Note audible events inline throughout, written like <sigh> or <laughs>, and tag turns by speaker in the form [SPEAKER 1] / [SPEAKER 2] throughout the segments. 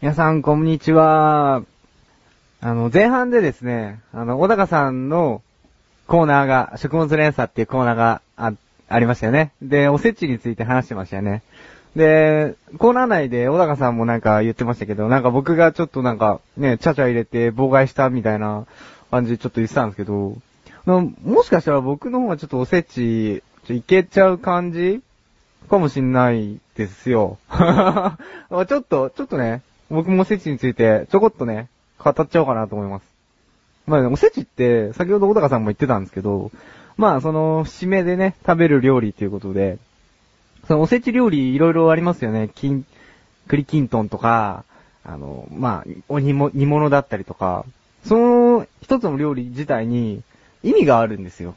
[SPEAKER 1] 皆さん、こんにちは。あの、前半でですね、あの、小高さんのコーナーが、食物連鎖っていうコーナーがあ、ありましたよね。で、おせちについて話してましたよね。で、コーナー内で小高さんもなんか言ってましたけど、なんか僕がちょっとなんか、ね、ちゃちゃ入れて妨害したみたいな感じでちょっと言ってたんですけど、のもしかしたら僕の方がちょっとおせち、ちょいけちゃう感じかもしんないですよ。 <laughs> まあちょっと、ちょっとね、僕もおせちについてちょこっとね、語っちゃおうかなと思います。まあね、おせちって、先ほど小高さんも言ってたんですけど、まあその、締めでね、食べる料理ということで、そのおせち料理いろいろありますよね。金、栗きんとんとか、あの、まあ、お煮も煮物だったりとか、その一つの料理自体に意味があるんですよ。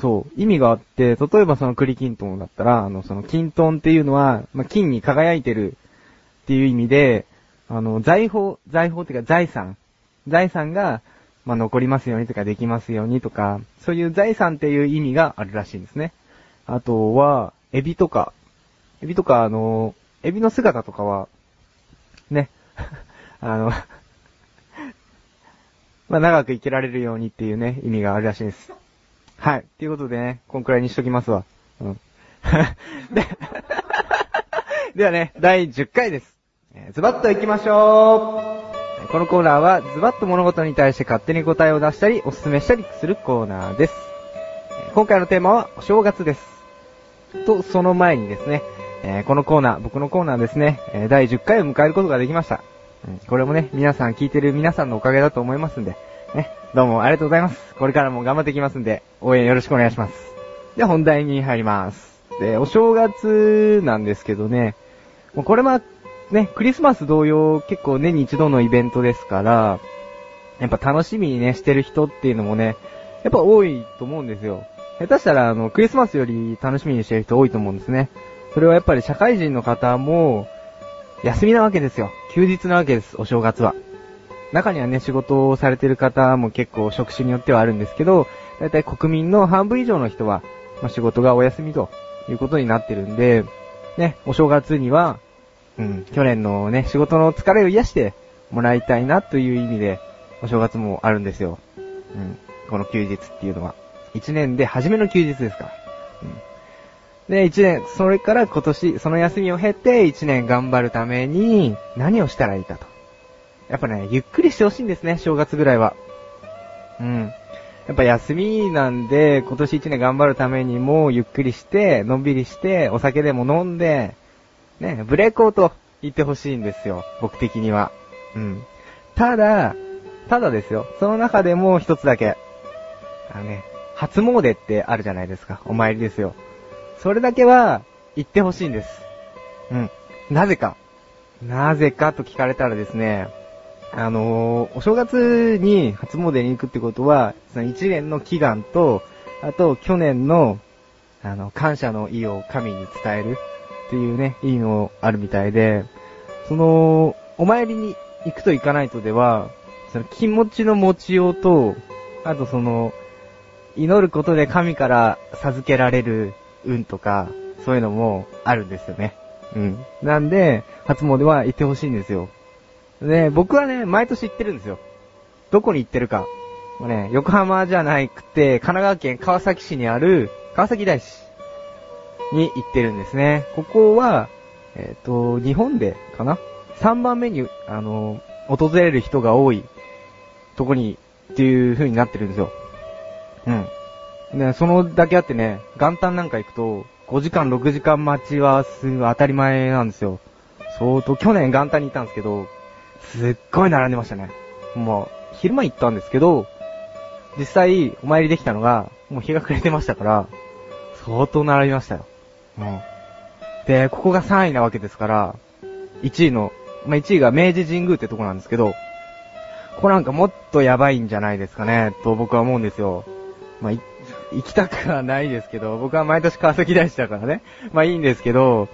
[SPEAKER 1] そう、意味があって、例えばその栗きんとんだったら、あの、その金とんっていうのは、まあ、金に輝いてるっていう意味で、あの、財宝、財宝っていうか財産、財産が、まあ、残りますようにとかできますようにとか、そういう財産っていう意味があるらしいんですね。あとは、エビとか、エビとか、あの、エビの姿とかは、ね、 <laughs> あの、 <laughs> まあ、長く生きられるようにっていうね、意味があるらしいです。はい。ということでね、こんくらいにしときますわ。うん。 <laughs> で、 <laughs> ではね、第10回です。えーズバッと行きましょうこのコーナーは、ズバッと物事に対して勝手に答えを出したり、おすすめしたりするコーナーです。えー今回のテーマは、お正月です。と、その前にですね、えーこのコーナー、僕のコーナーですね、えー第10回を迎えることができました。うんこれもね、皆さん聞いてる皆さんのおかげだと思いますんで、ね、どうもありがとうございます。これからも頑張っていきますんで、応援よろしくお願いします。で、本題に入ります。で、お正月なんですけどね、もうこれも、ね、クリスマス同様、結構年に一度のイベントですから、やっぱ楽しみにね、してる人っていうのもね、やっぱ多いと思うんですよ。下手したら、あの、クリスマスより楽しみにしてる人多いと思うんですね。それはやっぱり社会人の方も、休みなわけですよ。休日なわけです、お正月は。中にはね、仕事をされてる方も結構職種によってはあるんですけど、だいたい国民の半分以上の人は、まあ、仕事がお休みということになってるんで、ね、お正月には、うん、去年のね、仕事の疲れを癒してもらいたいなという意味で、お正月もあるんですよ。うん、この休日っていうのは。一年で初めの休日ですから。うんで、一年、それから今年、その休みを経て、一年頑張るために、何をしたらいいかと。やっぱね、ゆっくりしてほしいんですね、正月ぐらいは。うん。やっぱ休みなんで、今年一年頑張るためにも、ゆっくりして、のんびりして、お酒でも飲んで、ね、ブレーコーと言ってほしいんですよ、僕的には。うん。ただ、ただですよ、その中でも一つだけ。あのね、初詣ってあるじゃないですか、お参りですよ。それだけは、言ってほしいんです。うん。なぜか。なぜかと聞かれたらですね、あのーお正月に初詣に行くってことは、その一年の祈願と、あと去年の、あの、感謝の意を神に伝えるっていうね、意味もあるみたいで、その、お参りに行くと行かないとでは、その気持ちの持ちようと、あとその、祈ることで神から授けられる運とか、そういうのもあるんですよね。うん。なんで、初詣は行ってほしいんですよ。で、僕はね、毎年行ってるんですよ。どこに行ってるか。もうね、横浜じゃなくて、神奈川県川崎市にある、川崎大師に行ってるんですね。ここは、えっ、と、日本でかな ?3 番目に、あの、訪れる人が多いとこに、っていう風になってるんですよ。うん。ね、そのだけあってね、元旦なんか行くと、5時間、6時間待ちはす当たり前なんですよ。相当、去年元旦に行ったんですけど、すっごい並んでましたね。もう、昼間行ったんですけど、実際、お参りできたのが、もう日が暮れてましたから、相当並びましたよ。うん。で、ここが3位なわけですから、1位の、まあ、1位が明治神宮ってとこなんですけど、ここなんかもっとやばいんじゃないですかね、と僕は思うんですよ。まあ、い行きたくはないですけど、僕は毎年川崎大師だからね。まあいいんですけど、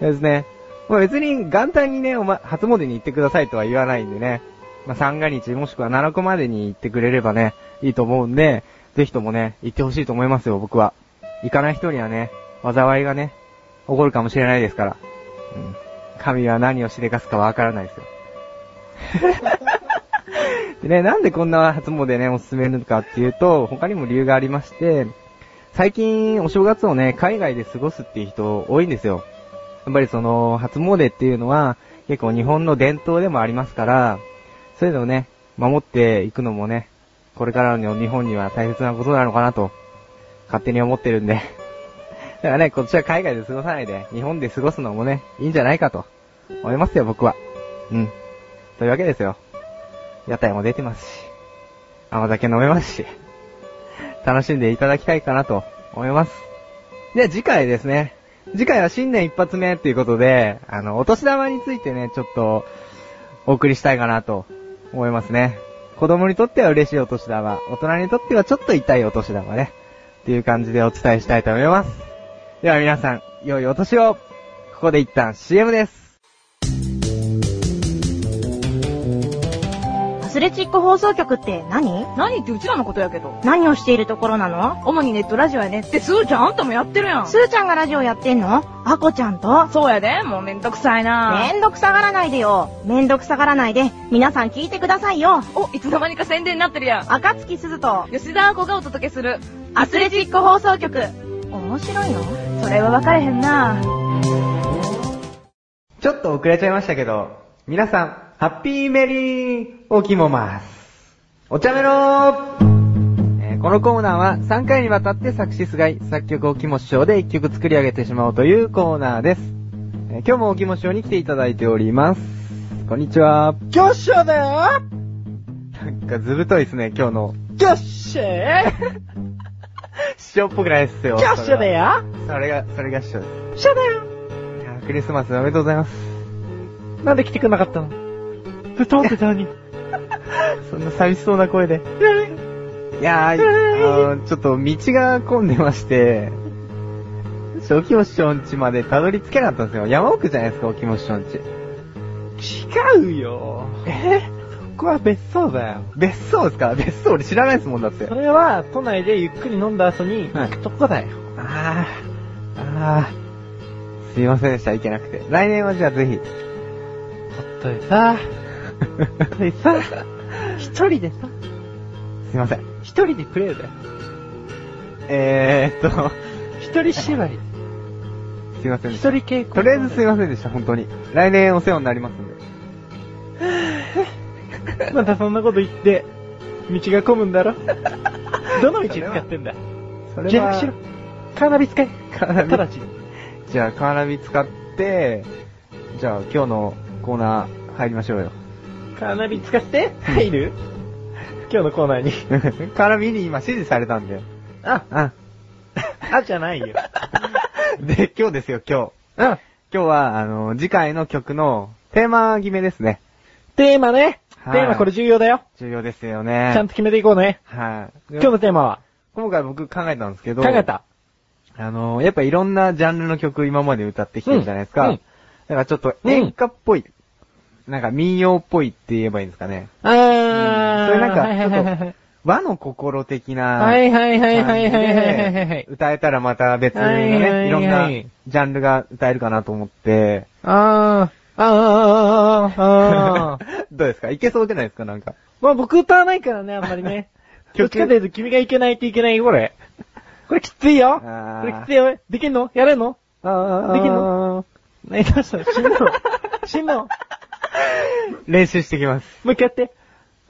[SPEAKER 1] ですね。まあ別に元旦にね、おま、初詣に行ってくださいとは言わないんでね。まあ三が日もしくは7個までに行ってくれればね、いいと思うんで、ぜひともね、行ってほしいと思いますよ、僕は。行かない人にはね、災いがね、起こるかもしれないですから。うん。神は何をしでかすかわからないですよ。 <laughs> でね、なんでこんな初詣ね、おすすめなのかっていうと、他にも理由がありまして、最近お正月をね、海外で過ごすっていう人多いんですよ。やっぱりその、初詣っていうのは、結構日本の伝統でもありますから、そういうのをね、守っていくのもね、これからの日本には大切なことなのかなと、勝手に思ってるんで。 <laughs> だからね、こっちは海外で過ごさないで、日本で過ごすのもね、いいんじゃないかと、思いますよ、僕は。うん。というわけですよ。屋台も出てますし、甘酒飲めますし、楽しんでいただきたいかなと思います。で、次回ですね。次回は新年一発目っていうことで、あの、お年玉についてね、ちょっと、お送りしたいかなと思いますね。子供にとっては嬉しいお年玉、大人にとってはちょっと痛いお年玉ね。っていう感じでお伝えしたいと思います。では皆さん、良いお年を。ここで一旦 CM です。
[SPEAKER 2] アスレチック放送局って何
[SPEAKER 3] 何ってうちらのことやけど。
[SPEAKER 2] 何をしているところなの
[SPEAKER 3] 主にネットラジオやねって、すーちゃんあんたもやってるやん。
[SPEAKER 2] すーちゃんがラジオやってんのあこちゃんと
[SPEAKER 3] そうやで、もうめんどくさいな
[SPEAKER 2] めんどくさがらないでよ。めんどくさがらないで、皆さん聞いてくださいよ。
[SPEAKER 3] お、いつの間にか宣伝になってるやん。
[SPEAKER 2] 赤月すずと、
[SPEAKER 3] 吉田亜子がお届けする。
[SPEAKER 2] アスレチック放送局。面白いの
[SPEAKER 3] それは分かれへんな
[SPEAKER 1] ちょっと遅れちゃいましたけど、皆さん、ハッピーメリーおきもます。お茶メロー、えーこのコーナーは3回にわたって作詞すがい、作曲おきも師匠で1曲作り上げてしまおうというコーナーです。えー今日もおきも師匠に来ていただいております。こんにちは。
[SPEAKER 4] よっしゃだよ
[SPEAKER 1] なんかずぶといですね、今日の。
[SPEAKER 4] よっしゃーよ
[SPEAKER 1] 師匠っぽくないっすよ。
[SPEAKER 4] っしゃだよ
[SPEAKER 1] それが、それが師匠です。
[SPEAKER 4] よっしゃだよ
[SPEAKER 1] いやークリスマスおめでとうございます。
[SPEAKER 4] なんで来てくれなかったの布団って何
[SPEAKER 1] そんな寂しそうな声で。いやー、
[SPEAKER 4] ー
[SPEAKER 1] あの、ちょっと道が混んでまして、おきも師匠んちまでたどり着けなかったんですよ。山奥じゃないですか、おきも師匠んち。
[SPEAKER 4] 違うよえそこは別荘だよ。
[SPEAKER 1] 別荘ですか別荘俺知らないですもんだって
[SPEAKER 4] そ。れは、都内でゆっくり飲んだ後に
[SPEAKER 1] はい
[SPEAKER 4] 行くとこだよ。
[SPEAKER 1] あー、あー、すいませんでした、行けなくて。来年はじゃあぜひ。 <laughs>
[SPEAKER 4] ほっといさ、ほっといさ、一人でさ、
[SPEAKER 1] すいません。
[SPEAKER 4] 一人でプレイだよ。
[SPEAKER 1] えーっと、
[SPEAKER 4] 一人縛り。
[SPEAKER 1] すいませんで
[SPEAKER 4] 一
[SPEAKER 1] した。
[SPEAKER 4] 人稽古。
[SPEAKER 1] とりあえずすいませんでした、本当に。来年お世話になりますんで。
[SPEAKER 4] またそんなこと言って、道が混むんだ <laughs> ろどの道使ってんだ
[SPEAKER 1] そ
[SPEAKER 4] 自白しろ。カーナビ使え。
[SPEAKER 1] カーナビ
[SPEAKER 4] 直ちに。
[SPEAKER 1] じゃあ、カーナビ使って、じゃあ、今日のコーナー入りましょうよ。 <laughs>
[SPEAKER 4] カーナビ使って入る <laughs> 今日のコーナーに。
[SPEAKER 1] カーナビに今指示されたんで。
[SPEAKER 4] あ、
[SPEAKER 1] あ、
[SPEAKER 4] あじゃないよ。
[SPEAKER 1] <laughs> で、今日ですよ、今日。
[SPEAKER 4] うん。
[SPEAKER 1] 今日は、あの、次回の曲のテーマ決めですね。
[SPEAKER 4] テーマね。テ
[SPEAKER 1] はい
[SPEAKER 4] ーマこれ重要だよ。
[SPEAKER 1] 重要ですよ
[SPEAKER 4] ち
[SPEAKER 1] ね。
[SPEAKER 4] ゃんと決めていこうね。
[SPEAKER 1] はい。
[SPEAKER 4] 今日のテーマは
[SPEAKER 1] 今回僕考えたんですけど。
[SPEAKER 4] 考え。た。
[SPEAKER 1] あの、やっぱいろんなジャンルの曲今まで歌ってきてるじゃないですか。
[SPEAKER 4] うんうん
[SPEAKER 1] だからちょっと
[SPEAKER 4] うん
[SPEAKER 1] 演歌っぽい。なんか民謡っぽいって言えばいいんですかね。
[SPEAKER 4] あー。
[SPEAKER 1] それなんか
[SPEAKER 4] はいはいはいはい
[SPEAKER 1] 和の心的な。
[SPEAKER 4] はいはいはいはいはいはいはいは
[SPEAKER 1] で
[SPEAKER 4] い。
[SPEAKER 1] 歌えたらまた別の
[SPEAKER 4] はいはいは
[SPEAKER 1] ね、
[SPEAKER 4] い
[SPEAKER 1] いろんなジャンルが歌えるかなと思って、
[SPEAKER 4] あー。あー、あー、
[SPEAKER 1] <laughs>
[SPEAKER 4] あー。
[SPEAKER 1] どうですかいけそうじゃないですかなんか。
[SPEAKER 4] まあ僕歌わないからね、あんま
[SPEAKER 1] <laughs>
[SPEAKER 4] りね。どっちかというと君がいけないといけないよ、これ。これきついよ。
[SPEAKER 1] あー
[SPEAKER 4] これきついよ。できんのやれんのできんの何出したの死んだの
[SPEAKER 1] <laughs>
[SPEAKER 4] 死んだの
[SPEAKER 1] 練習してきます。
[SPEAKER 4] もう一回やって。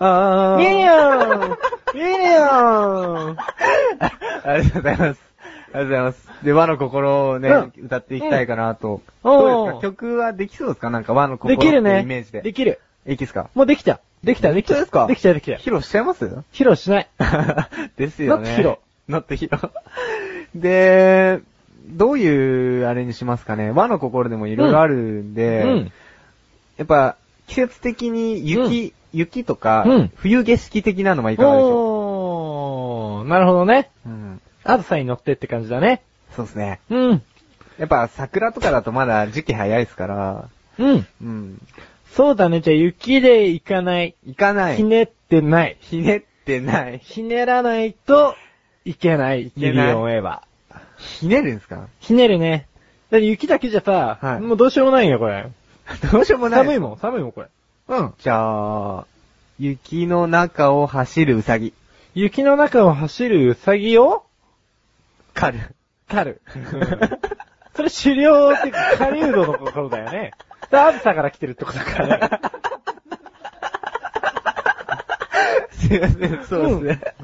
[SPEAKER 1] あ
[SPEAKER 4] いいよいいよ
[SPEAKER 1] <laughs> ありがとうございます。ありがとうございます。で、和の心をね、
[SPEAKER 4] う
[SPEAKER 1] 歌っていきたいかなと。
[SPEAKER 4] うん
[SPEAKER 1] どうです
[SPEAKER 4] おー
[SPEAKER 1] か曲はできそうですかなんか和の心
[SPEAKER 4] で
[SPEAKER 1] って
[SPEAKER 4] きる
[SPEAKER 1] いう
[SPEAKER 4] ね。
[SPEAKER 1] イメージで。
[SPEAKER 4] できる。
[SPEAKER 1] いいですか
[SPEAKER 4] もうできた。できた、できた。
[SPEAKER 1] 本当ですか
[SPEAKER 4] できた、できた。
[SPEAKER 1] 披露しちゃいます <laughs>
[SPEAKER 4] 披露しない。
[SPEAKER 1] ですよね。
[SPEAKER 4] なって披露。
[SPEAKER 1] なって披露。で、どういうあれにしますかね和の心でもいろいろあるんで、
[SPEAKER 4] うん。
[SPEAKER 1] やっぱ、季節的に雪、雪とか、
[SPEAKER 4] うん
[SPEAKER 1] 冬景色的なのはいかがでしょ
[SPEAKER 4] おー、なるほどね。
[SPEAKER 1] う、うん、
[SPEAKER 4] あずさに乗ってって感じだね。
[SPEAKER 1] そうですね。
[SPEAKER 4] うん。
[SPEAKER 1] やっぱ桜とかだとまだ時期早いですから、
[SPEAKER 4] うん。
[SPEAKER 1] うん。
[SPEAKER 4] そうだね。じゃあ雪で行かない。
[SPEAKER 1] 行かない。
[SPEAKER 4] ひねってない。
[SPEAKER 1] ひねってない。
[SPEAKER 4] ひねらないといけない。
[SPEAKER 1] けない
[SPEAKER 4] 指を追えば。
[SPEAKER 1] ひねるんですか
[SPEAKER 4] ひねるね。だって雪だけじゃさ、
[SPEAKER 1] はい
[SPEAKER 4] もうどうしようもないよ、これ。
[SPEAKER 1] どうしようもない。
[SPEAKER 4] 寒いもん、寒いもん、これ。うん。
[SPEAKER 1] じゃあ、雪の中を走るうさぎ。
[SPEAKER 4] 雪の中を走るウサギを
[SPEAKER 1] 狩る。 <laughs>
[SPEAKER 4] 狩る。 <laughs> それ狩猟って狩人のことだよね。で、あずさから来てるってことだからね。
[SPEAKER 1] すいません、そうですね。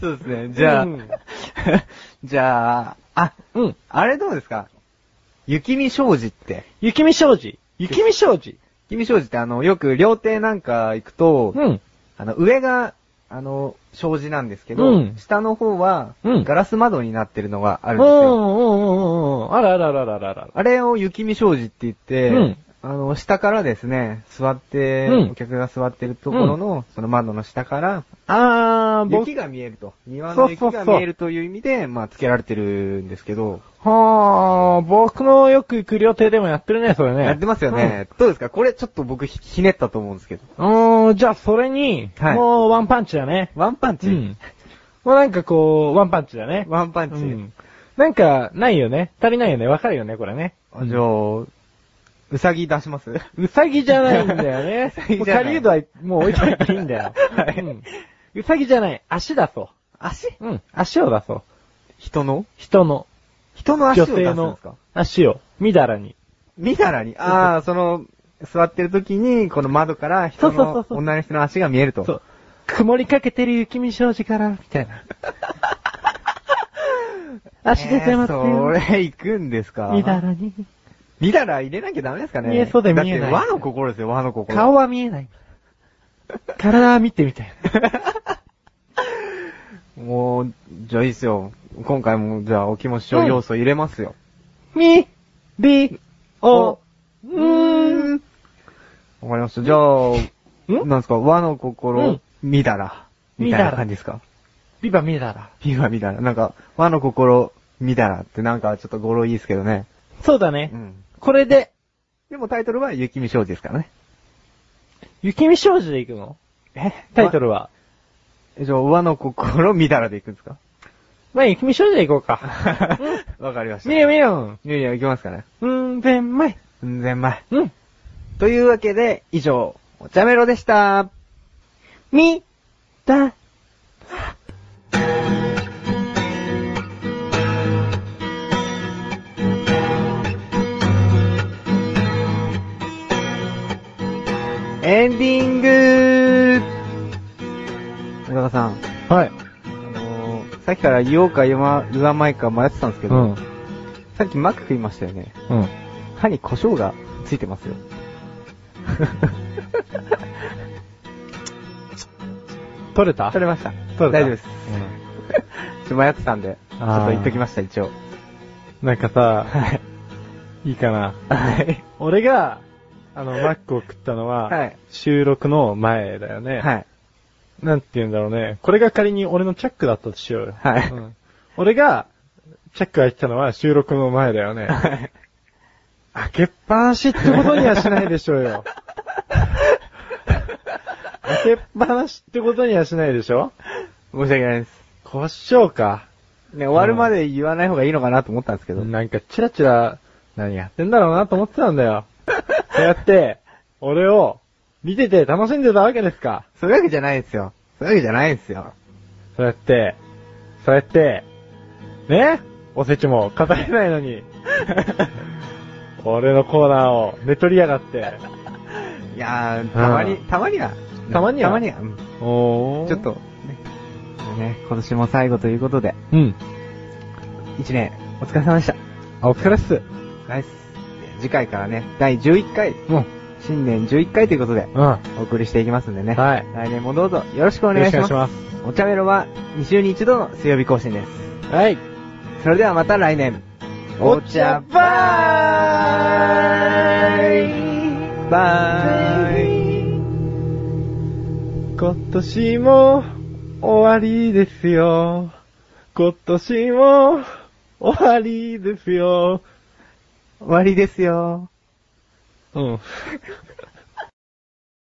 [SPEAKER 1] そうですね。じゃあ、
[SPEAKER 4] うん
[SPEAKER 1] <laughs> じゃあ、あ、
[SPEAKER 4] <laughs> うん。
[SPEAKER 1] あれどうですか雪見障子って。
[SPEAKER 4] 雪見障子。雪見障子。
[SPEAKER 1] 雪見障子ってあの、よく料亭なんか行くと、
[SPEAKER 4] うん。
[SPEAKER 1] あの、上が、あの、障子なんですけど、
[SPEAKER 4] うん
[SPEAKER 1] 下の方は、
[SPEAKER 4] うん
[SPEAKER 1] ガラス窓になってるのがあ
[SPEAKER 4] う
[SPEAKER 1] る
[SPEAKER 4] ん
[SPEAKER 1] んですよ。
[SPEAKER 4] うんうんうん。あらあらあらあらあらあら。
[SPEAKER 1] あれを雪見障子って言って、
[SPEAKER 4] うん
[SPEAKER 1] あの、下からですね、座って、
[SPEAKER 4] うん
[SPEAKER 1] お客が座ってるところの、その窓の下から、
[SPEAKER 4] あー、僕
[SPEAKER 1] 雪、が見えると。庭の雪
[SPEAKER 4] そうそ
[SPEAKER 1] が
[SPEAKER 4] うそう
[SPEAKER 1] 見えるという意味で、まあ、付けられてるんですけど、
[SPEAKER 4] はー、僕のよく行く料亭でも <laughs> やってるね、それね。
[SPEAKER 1] やってますよね。どうですかこれちょっと僕ひひねったと思うんですけど。
[SPEAKER 4] うん。うーん、じゃあそれに、
[SPEAKER 1] はい
[SPEAKER 4] もうワンパンチだね。
[SPEAKER 1] ワンパンチ、
[SPEAKER 4] うん。もうなんかこう、ワンパンチだね。
[SPEAKER 1] ワンパンチ、
[SPEAKER 4] うんなんか、ないよね。足りないよね。わかるよね、これね。
[SPEAKER 1] あじゃあ、うさぎ出します
[SPEAKER 4] うさぎじゃないんだよね
[SPEAKER 1] <laughs> うさ。
[SPEAKER 4] も
[SPEAKER 1] ぎ
[SPEAKER 4] う
[SPEAKER 1] じゃない
[SPEAKER 4] 狩人はもう置いといていいんだよ。
[SPEAKER 1] はい
[SPEAKER 4] うんうさぎじゃない。足だそ
[SPEAKER 1] 足
[SPEAKER 4] う。うん。足を出そう。
[SPEAKER 1] 人の
[SPEAKER 4] 人の、
[SPEAKER 1] 人の足
[SPEAKER 4] 女
[SPEAKER 1] を出す
[SPEAKER 4] 性
[SPEAKER 1] んで
[SPEAKER 4] の
[SPEAKER 1] すか
[SPEAKER 4] 足を、みだらに。
[SPEAKER 1] 見たらに、ああ、その、座ってる時に、この窓から人
[SPEAKER 4] そうそ
[SPEAKER 1] の
[SPEAKER 4] う、そうそう
[SPEAKER 1] 女の人の足が見えると。
[SPEAKER 4] そう。曇りかけてる雪見障子から、みた
[SPEAKER 1] <laughs>
[SPEAKER 4] いな。足出てます
[SPEAKER 1] え
[SPEAKER 4] よ。
[SPEAKER 1] ーそれ、行くんですか
[SPEAKER 4] みだ。らに。
[SPEAKER 1] 見たら入れなきゃダメですかね。
[SPEAKER 4] 見えそうで見えない
[SPEAKER 1] だって和の心ですよ、和の心。
[SPEAKER 4] 顔は見えない。体は見てみたい
[SPEAKER 1] <laughs>
[SPEAKER 4] な。
[SPEAKER 1] もう、じゃあいいっすよ。今回も、じゃあ、お気持ちを
[SPEAKER 4] うん
[SPEAKER 1] 要素入れますよ。
[SPEAKER 4] み、り、お
[SPEAKER 1] お、
[SPEAKER 4] うーん。
[SPEAKER 1] わかりました。じゃあ、
[SPEAKER 4] ん
[SPEAKER 1] なんですか、和の
[SPEAKER 4] う
[SPEAKER 1] 心
[SPEAKER 4] ん、
[SPEAKER 1] 見たら、み
[SPEAKER 4] み
[SPEAKER 1] た
[SPEAKER 4] だ
[SPEAKER 1] い
[SPEAKER 4] ら
[SPEAKER 1] な感じですか。
[SPEAKER 4] ビバみだら。
[SPEAKER 1] ピーは見たら、なんか、和の心、見たらってなんかちょっと語呂いいですけどね。
[SPEAKER 4] そうだね
[SPEAKER 1] う。ん。
[SPEAKER 4] これで、
[SPEAKER 1] でもタイトルは雪見障子ですからね。
[SPEAKER 4] 雪見障子で行くの
[SPEAKER 1] え
[SPEAKER 4] タイト
[SPEAKER 1] ル。
[SPEAKER 4] ルは。
[SPEAKER 1] えじゃあ、和の心、見たらでいくんですか
[SPEAKER 4] まあ、雪見障子で行こう <laughs> か。
[SPEAKER 1] わかりました。
[SPEAKER 4] みよみよ
[SPEAKER 1] いやいや、いきますかね。
[SPEAKER 4] うん、ぜんまい。
[SPEAKER 1] うん、全前。
[SPEAKER 4] うん。
[SPEAKER 1] というわけで、以上、お茶メロでした。
[SPEAKER 4] み、だ、
[SPEAKER 1] エンディング小高さん、
[SPEAKER 4] はい。
[SPEAKER 1] あのー、さっきから言おうか言わ言わないか迷ってたんですけ
[SPEAKER 4] う
[SPEAKER 1] ど、
[SPEAKER 4] ん。うん。
[SPEAKER 1] さっきマック食いましたよね。歯に胡椒がついてますよ。
[SPEAKER 4] 取れた
[SPEAKER 1] 取れました。
[SPEAKER 4] 取
[SPEAKER 1] 大
[SPEAKER 4] れた
[SPEAKER 1] 丈夫です。ちょ迷ってたんで、ちょ
[SPEAKER 4] あー
[SPEAKER 1] っと言っときました、一応。
[SPEAKER 4] なんかさ、いいかな。
[SPEAKER 1] はい。
[SPEAKER 4] 俺が、あ <laughs> の、マックを食ったのは、
[SPEAKER 1] はい
[SPEAKER 4] 収録の前だよね。
[SPEAKER 1] はい。
[SPEAKER 4] なんて言うんだろうね。これが仮に俺のチャックだったとしようよ。
[SPEAKER 1] はい
[SPEAKER 4] うん俺が、チャック開いてたのは収録の前だ <laughs> よね。
[SPEAKER 1] はい
[SPEAKER 4] 開けっぱなしってことにはしないでしょうよ。開けっぱなしってことにはしないでしょ
[SPEAKER 1] <laughs> 申し訳ないです。
[SPEAKER 4] 胡椒か。
[SPEAKER 1] ね、終わるまで言わない方がいいのかなと思ったんですけど。
[SPEAKER 4] なんかチラチラ、何やってんだろうなと思ってたんだよ。そうやって、俺を見てて楽しんでたわけですか。
[SPEAKER 1] そういうわけじゃないですよ。そういうわけじゃないですよ。
[SPEAKER 4] そうやって、そうやって、ねおせちも語れないのに。俺のコーナーを寝取りやがって。
[SPEAKER 1] いやー、たまに、
[SPEAKER 4] うん
[SPEAKER 1] たまには。
[SPEAKER 4] たまには
[SPEAKER 1] たまには。うん
[SPEAKER 4] お
[SPEAKER 1] ちょっ。と、ね、ね今年も最後ということで、
[SPEAKER 4] うん。
[SPEAKER 1] 一年、お疲れ様でした。
[SPEAKER 4] あお疲れっす。
[SPEAKER 1] ナイス。次回からね、第11回、
[SPEAKER 4] うん。
[SPEAKER 1] 新年11回ということで、
[SPEAKER 4] うん。は
[SPEAKER 1] お送りしていきますんでね。
[SPEAKER 4] い。よ
[SPEAKER 1] 来年もどうぞよろしくお願
[SPEAKER 4] ろ
[SPEAKER 1] い
[SPEAKER 4] しく
[SPEAKER 1] し
[SPEAKER 4] お願
[SPEAKER 1] ま
[SPEAKER 4] い
[SPEAKER 1] す。
[SPEAKER 4] します。
[SPEAKER 1] お茶メロは2週に1度の水曜日更新です。
[SPEAKER 4] はい。
[SPEAKER 1] それではまた来年。
[SPEAKER 4] お茶
[SPEAKER 1] バイバイ
[SPEAKER 4] 今年も終わりですよ。今年も終わりですよ。
[SPEAKER 1] 終わりですよ。
[SPEAKER 4] うん。